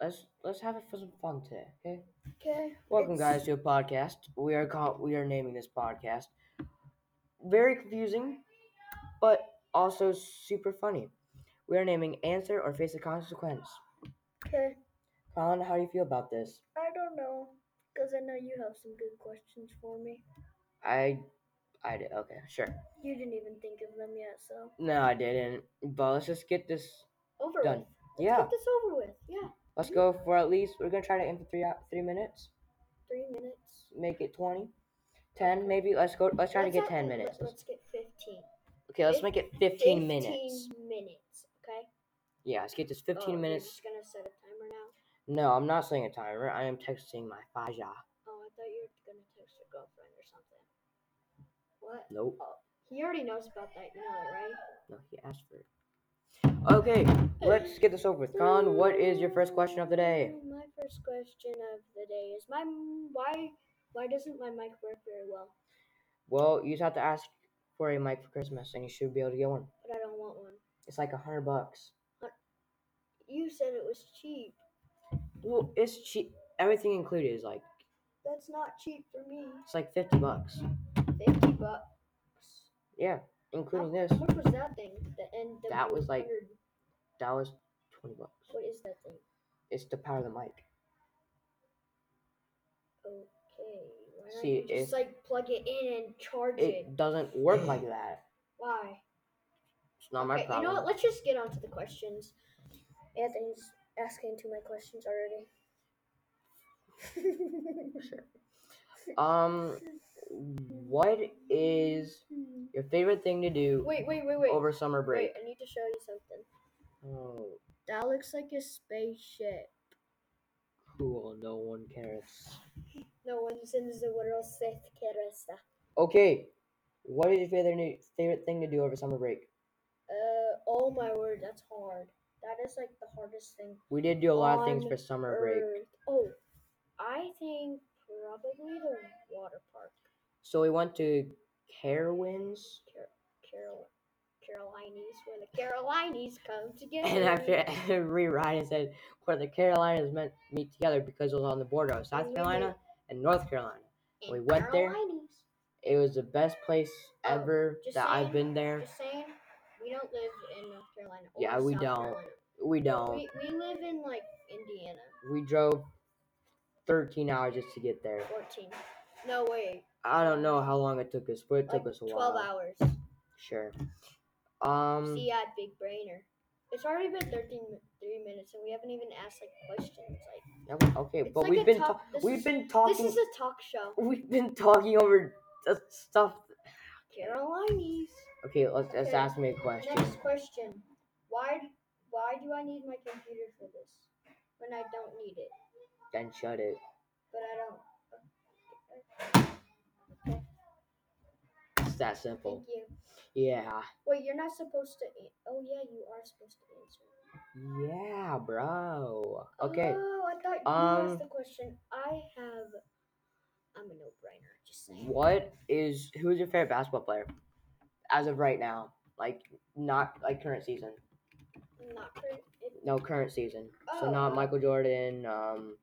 let's let's have it for some fun today, okay? Okay. Welcome, guys, to a podcast. We are call- we are naming this podcast very confusing, but also super funny. We are naming answer or face the consequence. Okay. Colin, how do you feel about this? I don't know, because I know you have some good questions for me. I, I did okay, sure. You didn't even think of them yet, so No, I didn't. But let's just get this over done. with. Yeah, Get this over with. Yeah. let's go for at least. We're gonna try to aim for three hou- three minutes. Three minutes. Make it 20, 10 maybe. Let's go. Let's try to Let's get not- ten let- minutes. Let's get 15. Okay, let's make it fifteen minutes. 15 minutes, okay? Yeah, let's get this Oh, fifteen you're minutes. just gonna set a timer now? No, I'm not setting a timer. I am texting my Faja. Oh, I thought you were gonna text your girlfriend or something. What? Nope. He already knows about that, you know that, right? No, he asked for it. Okay, let's get this over with. Con, what is your first question of the day? My first question of the day is my m- why why doesn't my mic work very well? Well, you just have to ask for a mic for Christmas, and you should be able to get one. But I don't want one. It's like a hundred bucks. You said it was cheap. Well, it's cheap. Everything included is like That's not cheap for me. it's like fifty bucks. Fifty bucks. Yeah, including this, What was that thing? The N W. That was like- that was twenty bucks. What is that thing? It's the power of the mic. Okay. Why not See, you it- just like plug it in and charge it? It doesn't work like that. Why? It's not my Okay, you know what? problem. Let's just get on to the questions. Anthony's asking too many questions already. Sure. Um, what is your favorite thing to do wait, wait, wait, wait. over summer wait, break? I need to show you something. Oh. That looks like a spaceship. Cool, no one cares. No one's in the world safe, Teresa. Okay, what is your favorite new, favorite thing to do over summer break? Uh, oh my word, that's hard. That is like the hardest thing. We did do a lot of things On for summer break. Earth. Oh, I think probably the water park, So we went to Carowinds, Car- Carol, Carolinas, where the Carolinas come together. and after every ride, it said where the Carolinas meant meet together because it was on the border of South Mhm. Carolina and North Carolina. And we went there, Carolinas. It was the best place Oh, ever just that I've saying, been there. Just saying, we don't live in North Carolina. Or Yeah, we South don't. Carolina. We don't. We, we live in like Indiana. We drove 13 hours just to get there. 14. No, wait. I don't know how long it took us, but it Like took us a 12 while. hours. Sure. Um. See, I big brainer. It's already been 13 mi- three minutes and we haven't even asked like questions. Like Yeah, we- Okay, It's but like we've a been talk- ta- this we've is- been talking this is a talk show. we've been talking over the stuff. Carolinas. Okay, let's, let's Okay, ask me a question. Next question. Why why do I need my computer for this when I don't need it? Then shut it. But I don't. It's that simple. Thank you. Yeah. Wait, you're not supposed to. An- oh yeah, you are supposed to answer. Yeah, bro. Okay. Oh, I thought you Um, asked the question. I have. I'm a no-brainer. Just saying. What is who is your favorite basketball player as of right now? Like not like current season. I'm not. Cra- it, No current season. So Oh, not uh, Michael Jordan, um,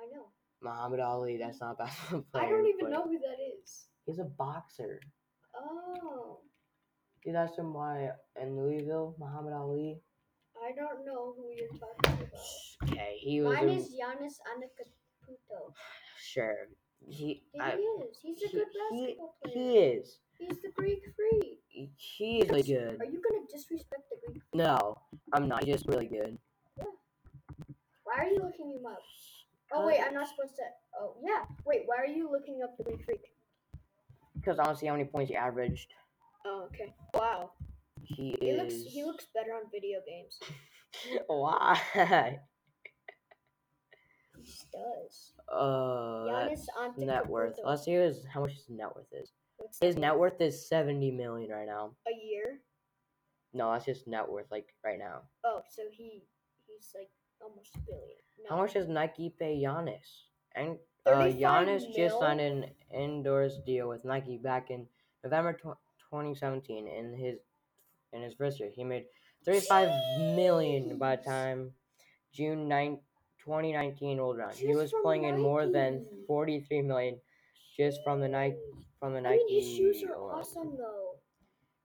I know. Muhammad Ali. That's not a basketball player. I don't even but know who that is. He's a boxer. Oh, Dude, that's from why in Louisville, Muhammad Ali. I don't know who you're talking about. Okay, he was. Mine a- is Giannis Antetokounmpo. Sure. He, He I, is. He's a he, good he, basketball he player. is. He's the Greek freak. He is really good. Are you gonna disrespect the Greek? No, I'm not. He's just really good. Why are you looking him up? Uh, Oh wait, I'm not supposed to. Oh yeah. Wait, why are you looking up the Greek freak? Because I don't see how many points he averaged. Oh okay. Wow. He He is. looks he looks better on video games. Why? He just does. Uh, Giannis that's net worth. Antetokounmpo. Let's see his, how much his net worth is. What's His that? net worth is 70 million right now. a year. No, that's just net worth, like right now. Oh, so he he's like almost a billion. No. How much does Nike pay Giannis? And uh, 35 Giannis just mil? signed an indoors deal with Nike back in November tw- 2017. In his in his first year, he made 35 million by the Jeez. time June 9, 2019 World Round. he Just was from playing in more than Nike. 43 million just from the Nike from the I Nike. mean, his shoes are World Round. awesome though.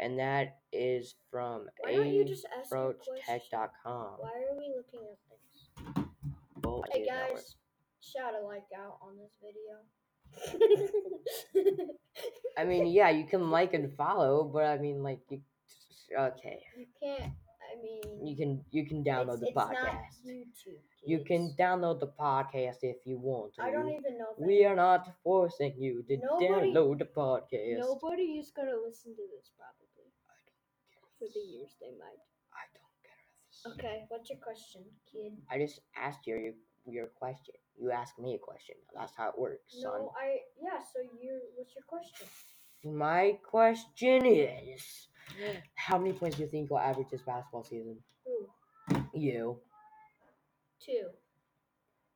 And that is from Why don't you just ask me questions? approachtech.com. Why are we looking at things? Bull Hey Idea Network. guys, shout a like out on this video. I mean, yeah, you can like and follow, but I mean, like, you, okay, you can't. I mean, you can you can download it's, the it's podcast. not YouTube. You can kids. download the podcast if you want to. I don't even know. If I we are not forcing you to Nobody- download the podcast. Nobody is gonna listen to this probably. For the years they might. I don't care. if this- Okay, what's your question, kid? I just asked you your, your question. You asked me a question. That's how it works, son. No, I yeah. So you, what's your question? My question is, how many points do you think you'll average this basketball season? Ooh, You. two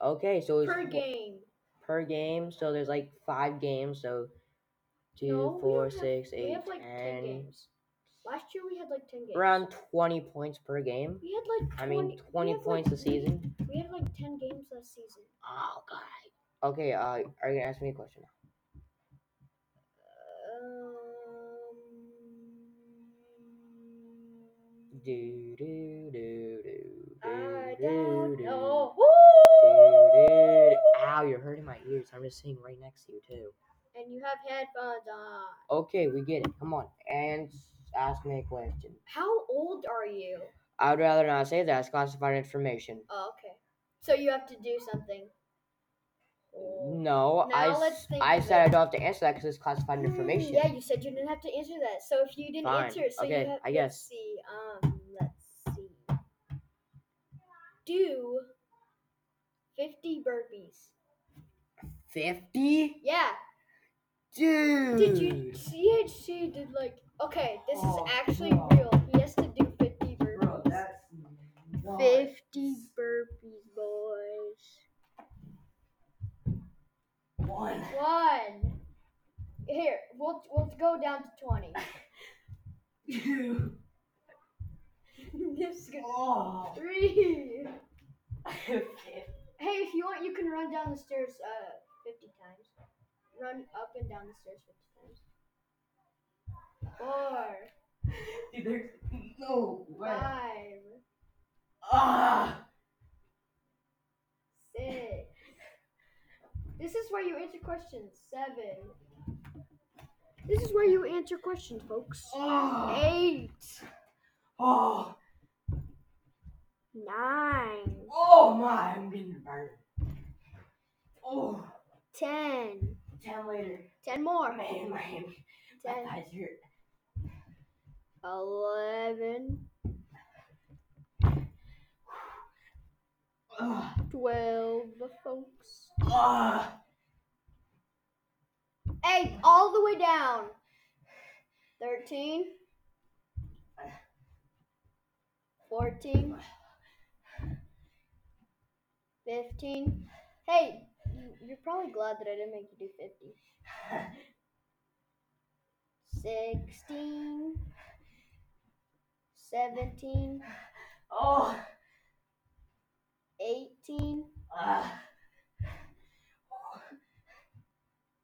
Okay, so it's per game. per game. So there's like five games. So No, two, we four, don't have- six, we eight, have like ten ten. games. Last year we had like ten games. Around 20 points per game. We had like. 20, I mean, we 20 had, like, points a season. We had like ten games last season. Oh, God. Okay, uh, are you going to ask me a question? Um. Do, do, do, do, I do, do, don't do. know. Do, do, do. Ow, you're hurting my ears. I'm just sitting right next to you, too. And you have headphones on. Okay, we get it. Come on. And s- ask me a question. How old are you? I would rather not say that. It's classified information. Oh, okay. So you have to do something. Oh. No, Now I, let's s- think I of said I it. don't have to answer that because it's classified Hmm, information. Yeah, you said you didn't have to answer that. So if you didn't Fine. answer it, so Okay, you have. I guess. Let's see. Um, let's see. Do fifty burpees. 50? Yeah. Dude! Did you? CHC did like. Okay, this Oh, is actually bro. real. He has to do fifty burpees. Bro, that's. not- fifty burpees, boys. One. One. Here, we'll we'll go down to twenty. Two. this is good. Oh. Three. Okay. Hey, if you want, you can run down the stairs uh fifty times. Run up and down the stairs fifty times. Four, Dude, there's no way. five, Ah! six. This is where you answer questions. Seven. This is where you answer questions, folks. Oh! Eight, Oh! nine, Oh my, I'm getting burned. Oh! ten, Ten later. ten more. Man, my, my Ten. thighs hurt. 11, Ah! 12, folks. Ah! Eight, all the way down. 13, 14, 15. Hey, you- you're probably glad that I didn't make you do 50. 16, 17, Oh! 18, Ah!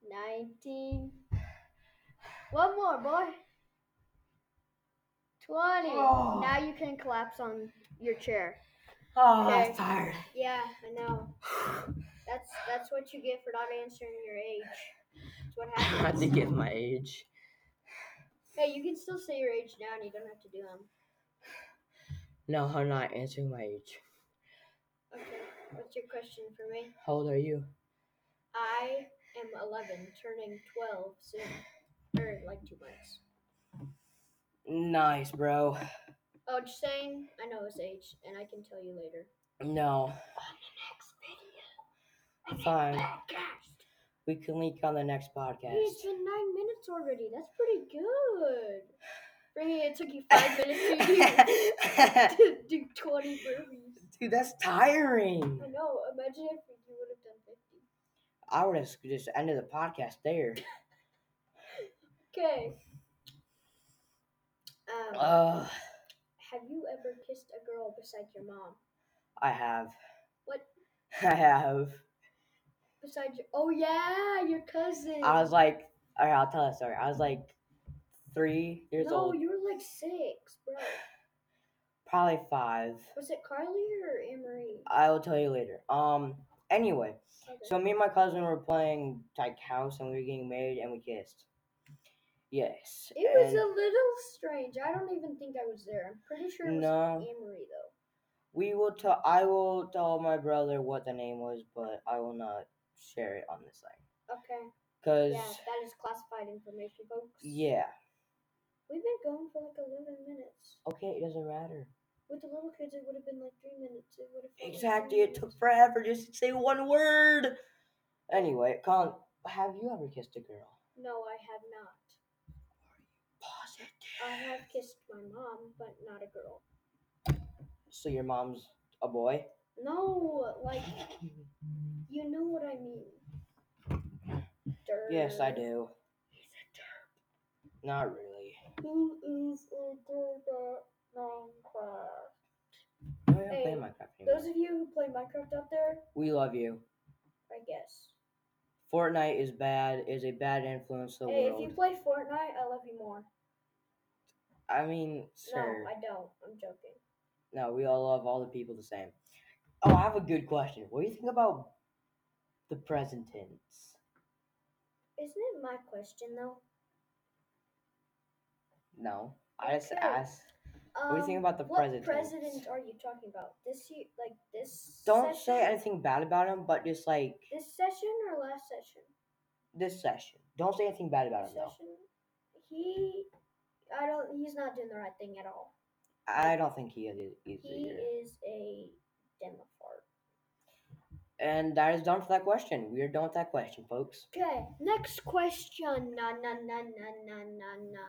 19. One more, boy. 20. Oh. Now you can collapse on your chair. Oh, Okay. I'm tired. Yeah, I know. That's that's what you get for not answering your age. That's what I had to happens. give my age. hey, you can still say your age now and you don't have to do them. No, I'm not answering my age. Okay, what's your question for me? How old are you? I am 11, turning 12 soon. Or like two months. Nice, bro. Oh, just saying, I know his age and I can tell you later. No. Next video. Fine. Podcast. We can leak on the next podcast. Hey, it's been nine minutes already. That's pretty good. Bringing it took you five minutes to do, to do 20 burpees. Dude, that's tiring. I know. Imagine if you would have done 50. I would have just ended the podcast there. Okay. Um, Ugh, have you ever kissed a girl besides your mom? I have. What? I have. Besides, your, oh yeah, your cousin. I was like, all right, I'll tell that story. I was like three years no, old, you were like six, bro. probably five. Was it Carly or Anne Marie? I will tell you later. Um. Anyway, Okay. so me and my cousin were playing like house, and we were getting married, and we kissed. Yes. it was and a little strange. I don't even think I was there. I'm pretty sure it was no. Anne Marie though. We will tell. I will tell my brother what the name was, but I will not share it on this thing. Okay. Cause Yeah, that is classified information, folks. yeah. We've been going for like 11 minutes. Okay, it doesn't matter. With the little kids, it would have been like three minutes. It would have been Exactly. It took forever just to say one word. Anyway, Colin, have you ever kissed a girl? No, I have not. Positive. I have kissed my mom, but not a girl. So your mom's a boy. No, like you know what I mean. Derp. yes, I do. Not really. Who is a derp at Minecraft? I don't play Hey, Minecraft anymore. Those of you who play Minecraft out there, We love you. I guess. Fortnite is bad. Is a bad influence to the hey, world. if you play Fortnite, I love you more. I mean, sir. No, I don't. I'm joking. No, we all love all the people the same. Oh, I have a good question. What do you think about the present tense? Isn't it my question though? No, I just Okay. asked. Um, do you think about the what president? president are you talking about? This year, like this. Don't session? say anything bad about him, but just like This session or last session? this session. Don't say anything bad about him, though. session. He, I don't. He's not doing the right thing at all. I don't think he is e- he's He either. is a demofart. And that is done for that question. We are done with that question, folks. Okay, next question. Na na na na na na na.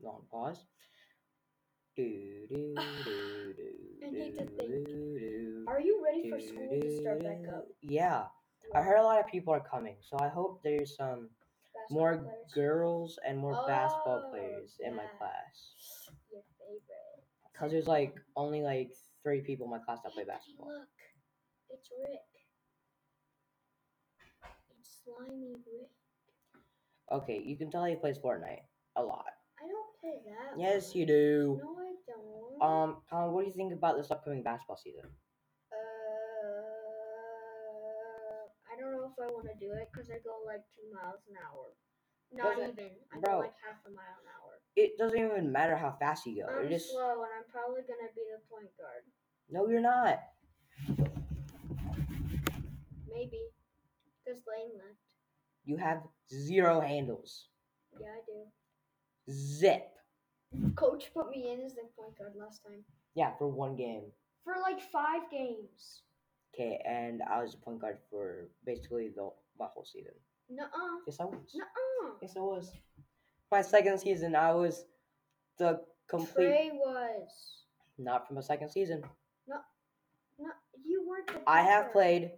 Long pause. Do, do, do, do, I need to do, think. do, do, Are you ready for do, school to start back do. up? Yeah. I heard a lot of people are coming, so I hope there's some Basketball more players. girls and more basketball Oh, players in my yeah. class. Your favorite. Cause there's like only like three people in my class that play Anthony, basketball. Look, it's Rick. It's slimy Rick. Okay, you can tell he plays Fortnite a lot. I don't play that. Yes, one. you do. No, I don't. Um, Colin, what do you think about this upcoming basketball season? Uh, I don't know if I want to do it because I go like two miles an hour. Not Doesn't- even. I bro. go like half a mile an hour. It doesn't even matter how fast you go. I'm It just slow, and I'm probably gonna be the point guard. no, you're not. Maybe. Cause Lane left. You have zero handles. Yeah, I do. Zip. Coach put me in as the point guard last time Yeah, for one game. for like five games. Okay, and I was a point guard for basically the my whole season. Nuh-uh. Yes, I was. Nuh-uh. Yes, I was. My second season, I was the complete. Trey was. Not from a second season. No, you weren't. The I player. have played.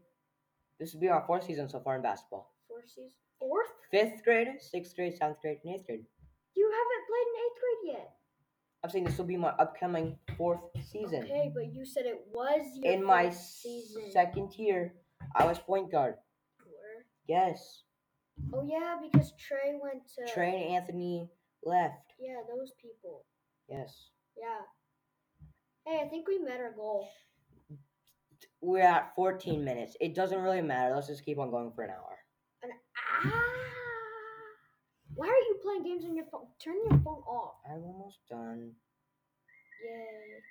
This will be our fourth season so far in basketball. four seasons. Fourth? Fifth grade, sixth grade, seventh grade, and eighth grade. You haven't played in eighth grade yet. I'm saying this will be my upcoming fourth season. Okay, but you said it was your in my fourth season. second year, I was point guard. Where- Yes. Oh yeah, because Trey went to Trey and Anthony left. Yeah, those people. Yes. Yeah. Hey, I think we met our goal. We're at 14 minutes. It doesn't really matter. Let's just keep on going for an hour. Ah! Why are you playing games on your phone? Turn your phone off. I'm almost done. Yay!